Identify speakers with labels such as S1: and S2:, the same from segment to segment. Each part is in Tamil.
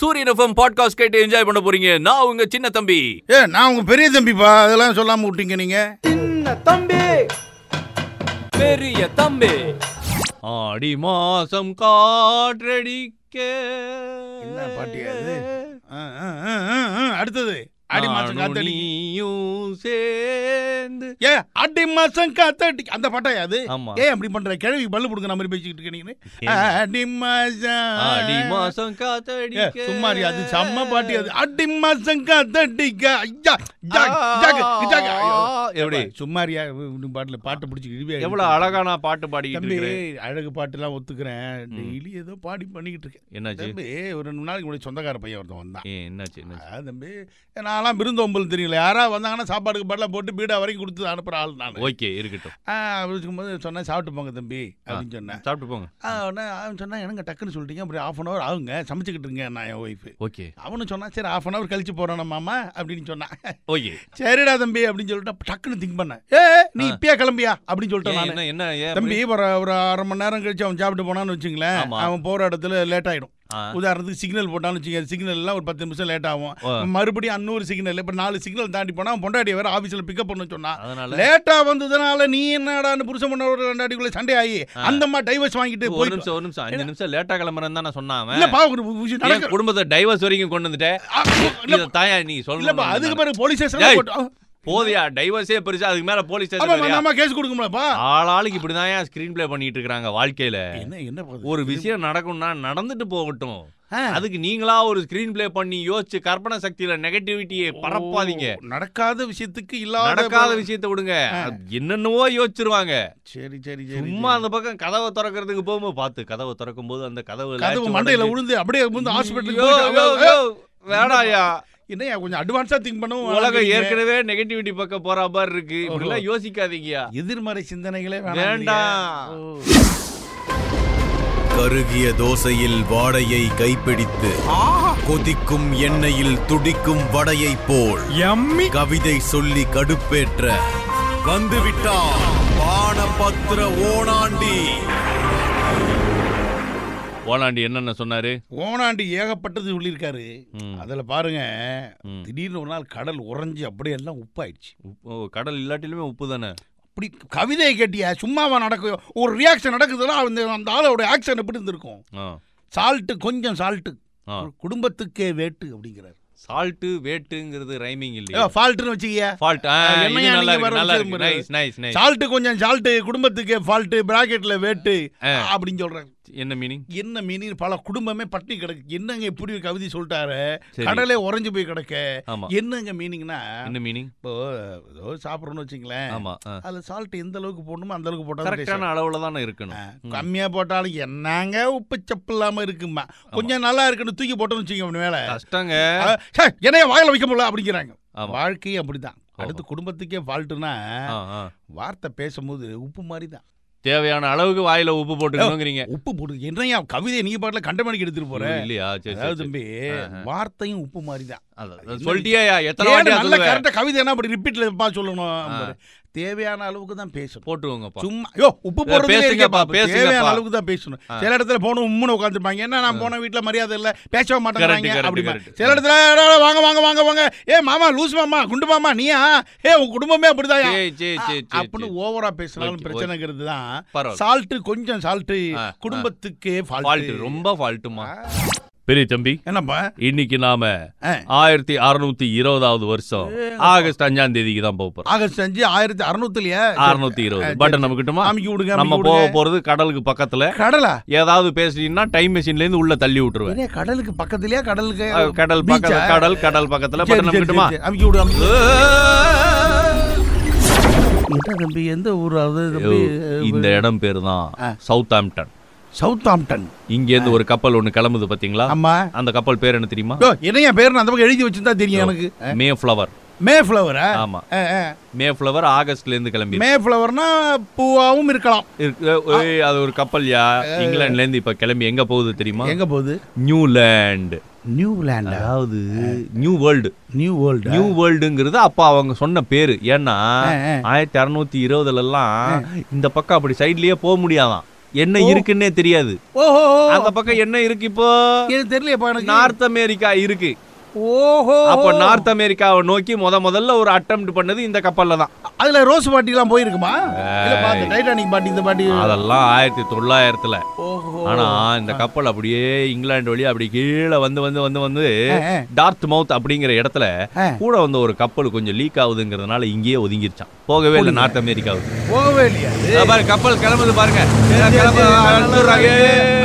S1: சூரியன் எஃப்எம் பாட்காஸ்ட் கேட்டு என்ஜாய் பண்ண போறீங்க நான் உங்க சின்ன தம்பி
S2: ஏ நான் உங்க பெரிய தம்பிப்பா அதெல்லாம் சொல்லாம விட்டீங்க நீங்க
S1: பெரிய தம்பி ஆடி மாசம் காற்றடிக்க
S2: என்ன பாட்டியா இது? ஆ, ஆ, ஆ, ஆ, ஆ, அடுத்தது அடி மாசம்
S1: நானும்
S2: காத்தடி
S1: நீயும் சேர்ந்து
S2: ஏ அடி மாசம் காத்தடி அந்த பாட்டாயா அது
S1: ஆமா.
S2: ஏ அப்படி பண்ற கிழவி பல்லு புடுங்க நம்ம பேசிக்கிட்டு இருக்க நீங்க அடி மாசம்
S1: ஆடி மாசம் காத்தடிக்க
S2: ஏ, சும்மா இரு, அது செம்ம பாட்டி அது அடி மாசம் காத்தடிக்க ஐயா ஜாக், ஜாக், ஜாக். ஐயோ.
S1: எப்படி?
S2: சும்மாரியா பாட்டுல பாட்டை பிடிச்சி இழுவியா
S1: எவ்வளவு அழகா நான் பாட்டு பாடிக்கிட்டு
S2: தம்பி
S1: இருக்கிறேன்
S2: அழகு பாட்டுலாம் ஒத்துக்கிறேன் டெய்லி ஏதோ பாடி பண்ணிக்கிட்டு இருக்கேன்
S1: என்னாச்சு
S2: தம்பி ஒரு ரெண்டு நாளைக்கு முன்னாடி சொந்தக்கார பையன் ஒருத்தன் வந்தான்
S1: ஏன் என்னாச்சு என்னாச்சு
S2: அதான் தம்பி நான்லாம் விருந்தோம்பல் தெரியல யாராவது வந்தாங்கன்னா சாப்பாடுக்கு பாட்டில் போட்டு பீடா வரைக்கும் கொடுத்து அனுப்புற ஆள் நான்
S1: ஓகே இருக்கட்டும்
S2: அப்படி இருக்கும்போது சொன்னேன் சாப்பிட்டு போங்க தம்பி அப்படின்னு சொன்னேன்
S1: சாப்பிட்டு போங்க
S2: ஆ, உடனே அவன் சொன்னா எனக்கு டக்குன்னு சொல்லிட்டீங்க அப்படி ஆஃப் அன் ஹவர் ஆகுங்க சமைச்சுக்கிட்டு இருங்க நான் என் ஒய்ஃபு
S1: ஓகே
S2: அவனு சொன்னா சரி ஆஃப் அன் ஹவர் கழிச்சு போறேன் மாமா அப்படின்னு சொன்னான்
S1: ஓகே
S2: சரிடா தம்பி அப்படின்னு சொல்லிட்டு டக்குன்னு திங்க் பண்ணேன் ஏ நீ இப்பயே கிளம்பியா அப்படின்னு சொல்லிட்டேன் நான்
S1: என்ன என்ன ஏன்
S2: தம்பி ஒரு ஒரு அரை மணி நேரம் கழிச்சு அவன் சாப்பிட்டு போனான்னு வச்சுங்களேன்
S1: ஆமா.
S2: அவன் போற இடத்துல லேட் ஆயிடும்
S1: ஆ.
S2: உதாரணத்துக்கு சிக்னல் போட்டான்னு வச்சுங்க சிக்னல் எல்லாம் ஒரு பத்து நிமிஷம் லேட்
S1: ஓ.
S2: ஆகும் மறுபடியும் அன்னூறு சிக்னல் இப்ப நாலு சிக்னல் தாண்டி போனா அவன் பொண்டாட்டியை வேற ஆபீஸ்ல பிக்கப் பண்ண சொன்னான்
S1: அதனால
S2: லேட்டா வந்ததுனால நீ என்னடான்னு புருஷன் பண்ண ஒரு ரெண்டாடிக்குள்ள சண்டை ஆகி அந்த மாதிரி டைவர்ஸ் வாங்கிட்டு
S1: ஒரு
S2: போயிட்டு
S1: நிமிஷம் ஒரு நிமிஷம் அஞ்சு நிமிஷம் லேட்டா கிளம்புறேன்னு தான் நான் சொன்னேன் அவன்.
S2: இல்லப்பா ஒரு விஷயம்
S1: என்
S2: நடக்க-
S1: குடும்பத்தை டைவர்ஸ் வரைக்கும் கொண்டு வந்துட்டேன்
S2: ஆ,
S1: இத
S2: இல்லப்பா,
S1: தாயா நீ
S2: இல்லப்பா அதுக்கு
S1: சொல்லணும்
S2: பிறகு போலீஸ்
S1: ஏய்.
S2: ஸ்டேஷன் போட்டோம்
S1: போதியா டைவர்ஸே பெருசா அதுக்கு மேல போலீஸ்
S2: ஆமா
S1: ஸ்டேஷன்
S2: நம்ம கேஸ் கொடுக்கும்லப்பா
S1: ஆளாளுக்கு இப்படிதான் ஏன் ஸ்கிரீன் பிளே பண்ணிட்டு இருக்காங்க வாழ்க்கையில
S2: என்ன என்ன பாக்குது?
S1: ஒரு விஷயம் நடக்கும்னா நடந்துட்டு போகட்டும்
S2: ஆ.
S1: அதுக்கு நீங்களா ஒரு ஸ்கிரீன் பிளே பண்ணி யோசிச்சு கற்பனை சக்தியில நெகட்டிவிட்டியை பரப்பாதீங்க
S2: ஓ, நடக்காத விஷயத்துக்கு இல்லாத
S1: நடக்காத விஷயத்தை விடுங்க அது என்னென்னவோ யோசிச்சிருவாங்க
S2: சரி சரி சரி
S1: சும்மா அந்த பக்கம் கதவை திறக்கிறதுக்கு போகும்போது பார்த்து கதவை திறக்கும் போது அந்த கதவு
S2: கதவு
S1: latch
S2: மண்டையில
S1: உடைஞ்சு-
S2: விழுந்து அப்படியே வந்து
S1: ஐயோ, ஐயோ,
S2: ஹாஸ்பிட்டலுக்கு
S1: ஐயோ, வேணாயா
S2: என்னையா கொஞ்சம் அட்வான்ஸா திங்க் பண்ணவும்
S1: உலகம்
S2: வேணாங்கிறீங்க.
S1: ஏற்கனவே நெகட்டிவிட்டி பக்கம் போற மாதிரி இருக்கு இப்படிலாம் யோசிக்காதீங்கயா
S2: எதிர்மறை சிந்தனைகளே
S1: வேண்டாம்.
S2: வேண்டாம்
S3: கருகிய தோசையில் வாடையை கைப்பிடித்து கொதிக்கும் எண்ணெயில் துடிக்கும் வடையைப் போல் எம்மி கவிதை சொல்லி கடுப்பேற்ற வந்துவிட்டான் பானபத்திர ஓணாண்டி
S1: ஓலாண்டி என்னென்ன சொன்னாரு
S2: ஓனாண்டி ஏகப்பட்டது சொல்லியிருக்காரு
S1: ம்,
S2: அதுல பாருங்க
S1: ம்.
S2: திடீர்னு ஒரு நாள் கடல் உறைஞ்சு அப்படியே எல்லாம் உப்பாயிடுச்சு
S1: உப்பு- ஓ, கடல் இல்லாட்டிலுமே உப்பு தானே
S2: அப்படி கவிதையை கேட்டியா சும்மாவா நடக்கும் ஒரு ரியாக்ஷன் நடக்குதுன்னா அந்த அந்த ஆளோட ஆக்ஷன் எப்படி இருந்திருக்கும்
S1: ஆ,
S2: சால்ட்டு கொஞ்சம் சால்ட்டு
S1: ஆ.
S2: ஒரு குடும்பத்துக்கே வேட்டு அப்படிங்கிறாரு
S1: சால்ட்டு வேட்டுங்கிறது ரைமிங் இல்லையா
S2: ஃபால்ட்டுன்னு வச்சுக்கிய
S1: ஃபால்ட்
S2: என்னையா
S1: நல்லா
S2: நீங்க
S1: இருக்கு
S2: வர
S1: நல்லா
S2: வச்சு
S1: இருக்கு நைஸ் நைஸ் நைஸ்
S2: சால்ட்டு கொஞ்சம் சால்ட்டு குடும்பத்துக்கே ஃபால்ட்டு பிராக்கெட்ல வேட்டு
S1: ஆ.
S2: அப்படின்னு சொல்றாரு
S1: என்ன மீனிங்
S2: என்ன மீனிங் பல குடும்பமே பட்டினி கிடக்கு என்னங்க இப்படி ஒரு கவிதை சொல்லிட்டாரு
S1: சரி.
S2: கடலே உறைஞ்சு போய் கிடக்க
S1: ஆமா
S2: என்னங்க மீனிங்னா
S1: என்ன மீனிங்
S2: இப்போ ஏதோ சாப்பிட்றோம்னு வச்சுங்களேன்
S1: ஆமா ஆ.
S2: அதுல சால்ட் எந்த அளவுக்கு போடணுமோ அந்த அளவுக்கு போட்டாலும் taste
S1: கரெக்டான அளவுல தானே இருக்கணும்
S2: இருக்கும். கம்மியா போட்டாலும் என்னங்க உப்பு சப்பு இல்லாம இருக்குமா கொஞ்சம் நல்லா இருக்குன்னு தூக்கி போட்டோம்னு வச்சுக்கோங்க அப்படி மேல
S1: கஷ்டங்க
S2: அஹ், ச்சே, என்னைய வாயில வைக்க முடியல அப்படிங்கிறாங்க
S1: ஆமா.
S2: வாழ்க்கையும் அப்படிதான்
S1: ஆமா.
S2: அடுத்து குடும்பத்துக்கே ஃபால்ட்டுனா
S1: ஆ, ஆ.
S2: வார்த்தை பேசும்போது உப்பு மாதிரி தான்
S1: தேவையான அளவுக்கு வாயில உப்பு போட்டுக்கணுங்கிறீங்க
S2: உப்பு போட்டு என்னையா கவிதை நீ பாட்டுல கண்டமணிக்கு எடுத்துட்டு போற
S1: இல்லையா சரி,
S2: அதாவது
S1: சரி சரி.
S2: தம்பி வார்த்தையும் உப்பு மாதிரி தான்
S1: அதான், அதான் சொல்லிட்டியா எத்தனை வாட்டியா
S2: நல்ல
S1: சொல்லுவேன்
S2: கரெக்டா கவிதை என்ன அப்படி ரிப்பீட்ல சொல்லணும் பாரு. தேவையான அளவுக்கு தான் பேசணும்
S1: போட்டுவோங்கப்பா
S2: சும்மா ஐயோ உப்பு
S1: ஏ,
S2: போடுறதுலயே
S1: பேசுங்கப்பா,
S2: இருக்கேப்பா.
S1: பேசுங்கப்பா.
S2: தேவையான அளவுக்கு தான் பேசணும்
S1: ஆ.
S2: சில இடத்துல போன உம்முன்னு உட்காந்துருப்பாங்க என்ன நான் போன வீட்ல மரியாதை இல்ல பேசவே
S1: Correct,
S2: மாட்டேங்கிறாங்க
S1: correct,
S2: அப்படி
S1: correct.
S2: சில இடத்துல "ஏ, ஏ, ஏ, வாங்க வாங்க வாங்க வாங்க ஏ மாமா லூஸ் மாமா குண்டு மாமா நீயா ஏ உன் குடும்பமே அப்படிதான்
S1: சரி, சரி, சரி, சரி,
S2: அப்படின்னு
S1: சரி.
S2: ஓவரா பேசினாலும்
S1: Okay,
S2: பிரச்சனைங்கிறது தான்
S1: பரவாயில்ல.
S2: சால்ட்டு கொஞ்சம் சால்ட்டு
S1: ஆ, ஆ.
S2: குடும்பத்துக்கு
S1: Fault,
S2: ஃபால்ட்டு
S1: ரொம்ப ஃபால்ட்டுமா பெரிய தம்பி
S2: என்னப்பா
S1: இன்னைக்கு நாம
S2: ஆ.
S1: ஆயிரத்தி அறுநூத்தி இருபதாவது வருஷம் ஆகஸ்ட் அஞ்சாம் தேதிக்கு தான் போக போறோம்
S2: ஆகஸ்ட் அஞ்சு ஆயிரத்தி அறுநூத்துலயே
S1: அறுநூத்தி இருபது
S2: சரி.
S1: பட்டன் நமக்கு கிட்டுமா
S2: அமுக்கி விடுங்க
S1: நம்ம
S2: நம்ம
S1: போக போறது கடலுக்கு பக்கத்துல
S2: கடலா
S1: ஏதாவது பேசுனீங்கன்னா டைம் மெஷின்ல இருந்து உள்ள தள்ளி விட்டுருவேன்
S2: என்ன கடலுக்கு பக்கத்துலயே கடலுக்கு
S1: அஹ், கடல்
S2: beach
S1: பக்கத்துல
S2: ஆ?
S1: கடல் கடல் பக்கத்துல
S2: சரி,
S1: பட்டன்
S2: சரி,
S1: நமக்கு கிட்டுமா
S2: சரி, சரி. அமுக்கி விடு, அமுக்கி விடு. என்ன தம்பி எந்த ஊர் அது தம்பி
S1: இந்த இடம் பேரு தான் சவுத் ஆம்டன்
S2: சவுத் ஆம்டன்
S1: இங்க இருந்து ஒரு கப்பல் ஒண்ணு கிளம்புது பாத்தீங்களா
S2: ஆமா
S1: அந்த கப்பல் பேர் என்ன தெரியுமா
S2: டோ என்னையா பேர் நான் தம்பி எழுதி வச்சிருந்தா தெரியும் எனக்கு
S1: மே ஃப்ளவர்
S2: மே ஃப்ளவரா
S1: ஆமா மே ஃப்ளவர் ஆகஸ்ட்ல இருந்து கிளம்பி
S2: மே ஃப்ளவர்னா பூவாவும் இருக்கலாம்
S1: இருக்கு. ஏய், அது ஒரு கப்பல்யா இங்கிலாந்துல இருந்து இப்ப கிளம்பி எங்க போகுது தெரியுமா
S2: எங்க போகுது
S1: நியூலேண்ட்
S2: நியூலாண்டா
S1: அதாவது new world
S2: new world
S1: new வேர்ல்டுங்கிறது அப்ப அவங்க சொன்ன பேரு ஏன்னா ஆயிரத்தி அறுநூத்தி இருபதுல எல்லாம் இந்த பக்கம் அப்படி சைட்லயே போக முடியாதாம் என்ன இருக்குன்னே தெரியாது
S2: ஓஹோ
S1: அந்த பக்கம் என்ன இருக்கு இப்போ
S2: எனக்கு தெரியலையப்பா எனக்கு
S1: நார்த் அமெரிக்கா இருக்கு
S2: ஓஹோ
S1: அப்ப நார்த் அமெரிக்காவை நோக்கி முத முதல்ல ஒரு அட்டெம்ட் பண்ணது இந்த கப்பல்ல தான்
S2: அதுல ரோஸ் பாட்டி எல்லாம் போயிருக்குமா இல்ல பாத்து டைட்டானிக் பாட்டி இந்த பாட்டி
S1: அதெல்லாம் ஆயிரத்தி தொள்ளாயிரத்துல
S2: ஓஹோ
S1: ஆனா இந்த கப்பல் அப்படியே இங்கிலாந்து வழியா அப்படி கீழே வந்து வந்து வந்து வந்து
S2: ஆ, ஆ.
S1: டார்த் மவுத் அப்படிங்கிற இடத்துல
S2: ஆ.
S1: கூட வந்த ஒரு கப்பல் கொஞ்சம் லீக் ஆகுதுங்கிறதுனால இங்கேயே ஒதுங்கிருச்சான் போகவே இல்லை நார்த் அமெரிக்காவுக்கு
S2: போகவே இல்லையா அது?
S1: இதோ பாருங்க கப்பல் கிளம்புது பாருங்க இதோ
S2: சரி,
S1: கிளம்ப
S2: சரி, நல்லா
S1: அனுப்புறாங்க.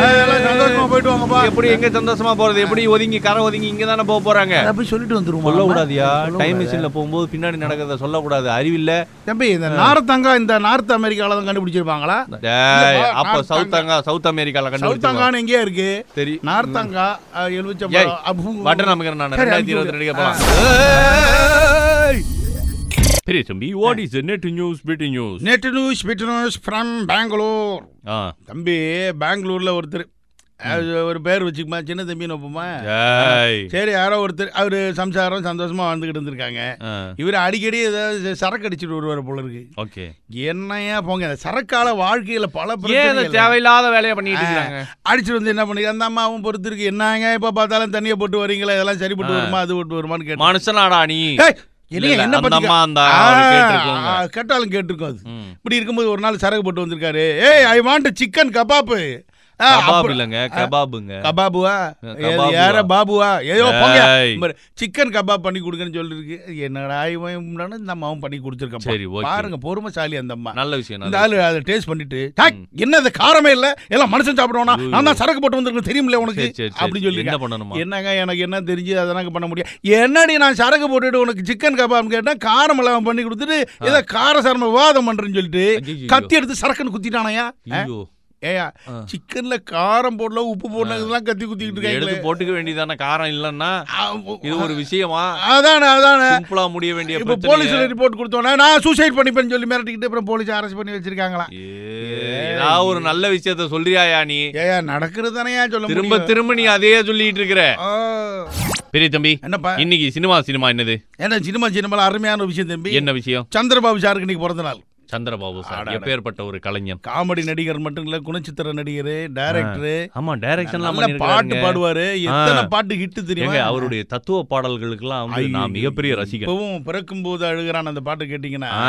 S2: அதெல்லாம் சந்தோஷமா போயிட்டு வாங்கப்பா
S1: எப்படி எங்க சந்தோஷமா போறது எப்படி ஒதுங்கி கரை ஒதுங்கி இங்க தானே போக போறாங்க
S2: அதை போய் சொல்லிட்டு வந்துருவோம்
S1: சொல்ல கூடாதியா டைம் மிஷின்ல போகும்போது பின்னாடி நடக்கிறத சொல்லக்கூடாது அறிவில்ல
S2: தம்பி இந்த நார்த்தங்கா இந்த நார்த் அமெரிக்கால தான் கண்டுபிடிச்சிருப்பாங்களா
S1: டேய்,
S2: இல்லப்பா,
S1: அப்ப
S2: நான்
S1: சவுத் அங்கா சவுத் அமெரிக்கால கண்டுபிடிச்சாங்க
S2: சவுத்தங்கான்னு எங்கேயா இருக்கு
S1: சரி
S2: நார்த்தங்கா
S1: ஏய்,
S2: எலுமிச்சம்பழம்
S1: பட்டன் நமக்கு நான்
S2: சரி,
S1: ரெண்டாயிரத்தி
S2: அனுப்பி
S1: இருபத்தி ரெண்டுக்கே போலாம் பெரிய தம்பி வாட் இஸ் நெட் நியூஸ் பிடி நியூஸ்
S2: நேற்று news bit news from Bangalore
S1: ஆ
S2: தம்பி பெங்களூர்ல ஒருத்தர் அது ஒரு பேர் வச்சுக்குமா சின்ன தம்பி நோப்புமா
S1: டேய்.
S2: சரி யாரோ ஒருத்தர் அவர் சம்சாரம் சந்தோஷமா வாழ்ந்துகிட்டு இருந்திருக்காங்க
S1: ஆ
S2: இவர் அடிக்கடி ஏதாவது சரக்கு அடிச்சுட்டு வருவார் போல இருக்கு
S1: ஓகே
S2: என்னையா போங்க அந்த சரக்கால வாழ்க்கையில பல
S1: ஏன் இந்த
S2: பிரச்சனைகள்.
S1: தேவையில்லாத வேலையை பண்ணிட்டு
S2: ஆ,
S1: இருக்காங்க
S2: அடிச்சுட்டு வந்து என்ன பண்ணி அந்த அம்மாவும் பொறுத்து இருக்கு என்னங்க இப்ப பார்த்தாலும் தண்ணியை போட்டு வரீங்களா இதெல்லாம் சரிப்பட்டு வருமா அது போட்டு வருமான்னு கேட்டேன்
S1: மனுஷனாடா நீ
S2: ஏய்,
S1: இல்ல, இல்ல,
S2: என்னங்க என்ன
S1: அந்த
S2: பத்தி
S1: அம்மா அந்த அவரு கேட்டிருக்கோங்க.
S2: ஆ, ஆ, கேட்டாலும் கேட்டிருக்கோம் அது
S1: ம்.
S2: இப்படி இருக்கும்போது ஒரு நாள் சரக்கு போட்டு வந்திருக்காரு ஏய் I want chicken kebab
S1: kebab இல்லங்க கபாபுங்க
S2: கபாபுவா
S1: ஆ,
S2: ஏது,
S1: கபாபுவா.
S2: யார பாபுவா ஏதோ போங்க
S1: ஏய்.
S2: சிக்கன் கபாப் பண்ணி கொடுங்கன்னு சொல்லிருக்கு என்னடா இவன் இப்படின்னா இந்த அம்மாவும் பண்ணி
S1: சரி,
S2: கொடுத்துருக்கேன்
S1: okay.
S2: பாருங்க பொறுமைசாலி அந்த அம்மா
S1: நல்ல விஷயம்
S2: இந்த
S1: நல்ல
S2: ஆளு அதை டேஸ்ட் பண்ணிட்டு "டேய், என்ன இது காரமே இல்ல எல்லாம் மனுஷன் சாப்பிடுவானா நான் தான் சரக்கு போட்டு வந்திருக்கேன் தெரியுமில்ல உனக்கு
S1: சரி, சரி, சரி.
S2: அப்படி சொல்லி
S1: என்ன பண்ணணுமா?
S2: என்னங்க எனக்கு என்ன தெரிஞ்சு அதனாங்க பண்ண முடியும் என்னடி நான் சரக்கு போட்டுட்டு உனக்கு சிக்கன் கபாப் கேட்டா காரம் எல்லாம் பண்ணி கொடுத்துட்டு ஏதோ கார சரம விவாதம் பண்றேன்னு சொல்லிட்டு
S1: ஐயையோ.
S2: கத்தி எடுத்து சரக்குன்னு குத்திட்டானயா
S1: ஐயோ
S2: ஏயா
S1: ஆ.
S2: சிக்கன்ல காரம் போடல உப்பு போடல இதெல்லாம் கத்தி குத்திக்கிட்டு
S1: எடுத்து
S2: இருக்காங்களே
S1: போட்டுக்க வேண்டியதானே காரம் இல்லன்னா
S2: ஆ, உ-
S1: இது ஒரு விஷயமா
S2: அதானே அதானே
S1: சிம்பிளா முடிய வேண்டிய
S2: இப்ப போலீஸ்ல
S1: பிரச்சனை
S2: ரிப்போர்ட் கொடுத்தோன்னே நான் சூசைட் பண்ணிப்பேன்னு சொல்லி மிரட்டிக்கிட்டு அப்புறம் போலீஸ் அரெஸ்ட் பண்ணி வச்சிருக்காங்களா
S1: ஏதாவது ஒரு நல்ல விஷயத்த சொல்றியாயா நீ
S2: ஏயா நடக்கிறது தானேயா சொல்ல
S1: திரும்ப
S2: முடியும்?
S1: திரும்ப நீ அதையே சொல்லிட்டு இருக்கிற
S2: ஆ.
S1: பெரிய தம்பி
S2: என்னப்பா
S1: இன்னைக்கு சினிமா சினிமா என்னது
S2: என்ன சினிமா சினிமால அருமையான ஒரு விஷயம் தம்பி
S1: என்ன விஷயம்
S2: சந்திரபாபு சாருக்கு இன்னைக்கு பிறந்த நாள்
S1: சந்திரபாபு சார்
S2: அடடட.
S1: எப்பேற்பட்ட ஒரு கலைஞன்
S2: காமெடி நடிகர் மட்டும் இல்ல குணச்சித்திர நடிகர் டைரக்டர்
S1: ஆமா டைரக்ஷன்லாம்
S2: நல்ல பாட்டு
S1: பண்ணிருக்காரு
S2: பாடுவாரு எத்தனை பாட்டு ஹிட்
S1: ஏங்க
S2: தெரியுமா
S1: அவருடைய தத்துவ பாடல்களுக்கெல்லாம் வந்து நான் மிகப்பெரிய ரசிகன்
S2: இப்பவும் பிறக்கும் போது அழுகிறான் அந்த பாட்டு கேட்டீங்கன்னா
S1: ஆ,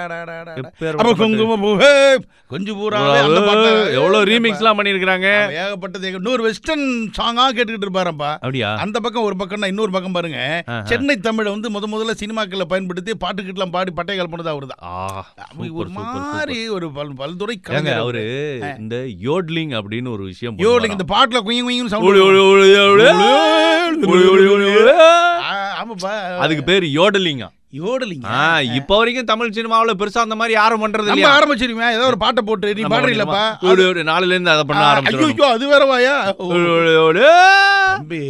S1: எப்பேற்பட்ட
S2: அப்ப
S1: பாட்டு.
S2: குங்கும பூவே கொஞ்சு பூராவே அந்த பாட்டு
S1: எவ்வளவு ரீமிக்ஸ்லாம் பண்ணிருக்காங்க
S2: அவன் ஏகப்பட்டது ஏக- இன்னொரு வெஸ்டர்ன் சாங்கா கேட்டுக்கிட்டு இருப்பாரப்பா
S1: அப்படியா
S2: அந்த பக்கம் ஒரு பக்கம்னா இன்னொரு பக்கம் பாருங்க
S1: ஆஹா.
S2: சென்னை தமிழை வந்து முத முதல்ல சினிமாக்கள்ல பயன்படுத்தி பாட்டுக்கிட்டலாம் பாடி பட்டை கல்பனது அவர் தான்
S1: ஆ,
S2: ஒரு
S1: சூப்பர் சூப்பர் சூப்பர்
S2: மாதிரி ஒரு பல் பல்துறை
S1: ஏங்க
S2: கலைஞர்
S1: அவரு இந்த யோட்லிங் அப்படின்னு ஒரு விஷயம்
S2: ஐயோ
S1: பண்ணுவாராம்.
S2: இந்த பாட்டுல குயி குயின்னு
S1: ஓடு,
S2: சவுண்ட்
S1: ஓடு, ஓடு, ஓடு, ஓடு, ஓடு, ஓடு, ஓடு.
S2: ஆமாப்பா
S1: அதுக்கு பேரு யோடலிங்கா
S2: யோடலிங்க
S1: ஆ, இப்ப வரைக்கும் தமிழ் சினிமாவுல பெருசா அந்த மாதிரி யாரும் பண்றது
S2: நம்ம
S1: இல்லையா
S2: ஆரம்பிச்சிருவியா ஏதோ ஒரு பாட்டை போட்டு நீ
S1: நம்ம
S2: பாடுறீங்களப்பா
S1: கொஞ்சமா, ஓடு, ஓடு, நாளையில இருந்து அதை பண்ண
S2: ஐயோ
S1: ஆரம்பிச்சிடணும்
S2: ஐயோ, அது வேறவாயா
S1: ஓடு, ஓடு, ஓடு.
S2: தம்பி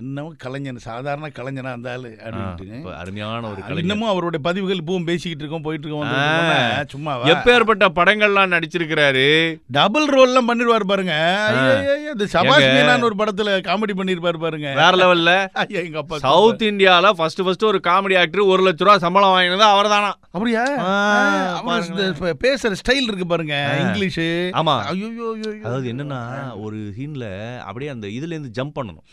S2: என்னவோ கலைஞன் சாதாரண கலைஞனா இருந்தாலும்
S1: ஆ,
S2: அப்படின்ட்டு
S1: இப்ப அருமையான ஒரு
S2: அது
S1: கலைஞர்
S2: இன்னமும் அவருடைய பதிவுகள் இப்பவும் பேசிக்கிட்டு இருக்கோம் போயிட்டு இருக்கோம் வந்துட்டு
S1: ஆ.
S2: இருக்கோம். சும்மா
S1: எப்பேற்பட்ட படங்கள்லாம் நடிச்சிருக்கிறாரு
S2: டபுள் ரோல் எல்லாம் பண்ணிருவாரு பாருங்க ஐயா, ஐயா, ஐயா, இந்த சபாஷ் மீனான் ஒரு படத்துல காமெடி பண்ணிருப்பாரு பாருங்க
S1: வேற லெவல்ல
S2: ஐயா எங்க அப்பா
S1: சவுத் இந்தியால ஃபர்ஸ்ட் ஃபர்ஸ்ட் ஒரு காமெடி ஆக்டர் ஒரு லட்ச ரூபா சம்பளம் வாங்கினது அவர்தானா
S2: அப்படியா
S1: ஆ,
S2: அவங்க இந்த ப- பேசுற ஸ்டைல் இருக்கு பாருங்க இங்கிலீஷ்
S1: ஆமா
S2: ஐயோ
S1: அதாவது என்னன்னா ஒரு சீன்ல அப்படியே அந்த இதுல இருந்து ஜம்ப் பண்ணணும்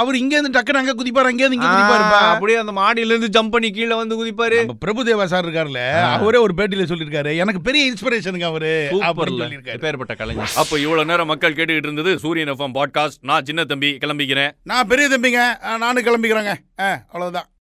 S2: அவர் இங்க இருந்து டக்குனு அங்க குதிப்பாரு அங்க இருந்து இங்க
S1: ஆ,
S2: குதிப்பாருப்பா
S1: அப்படியே அந்த மாடியில இருந்து ஜம்ப் பண்ணி கீழ வந்து குதிப்பாரு
S2: நம்ம பிரபுதேவா சார் இருக்காருல்ல அவரே ஒரு பேட்டியில சொல்லிருக்காரு எனக்கு பெரிய இன்ஸ்பிரேஷனுங்க அவரு அப்படின்னு
S1: சூப்பர்ல
S2: சொல்லியிருக்காரு
S1: பேர்பட்ட கலைஞர்
S4: அப்போ இவ்வளவு நேரம் மக்கள் கேட்டுக்கிட்டு இருந்தது சூரியன் எஃப்எம் பாட்காஸ்ட் நான் சின்ன தம்பி கிளம்பிக்கிறேன்
S2: நான் பெரிய தம்பிங்க ஆ, நானும் கிளம்பிக்கிறேங்க ஆ, அவ்வளவுதான்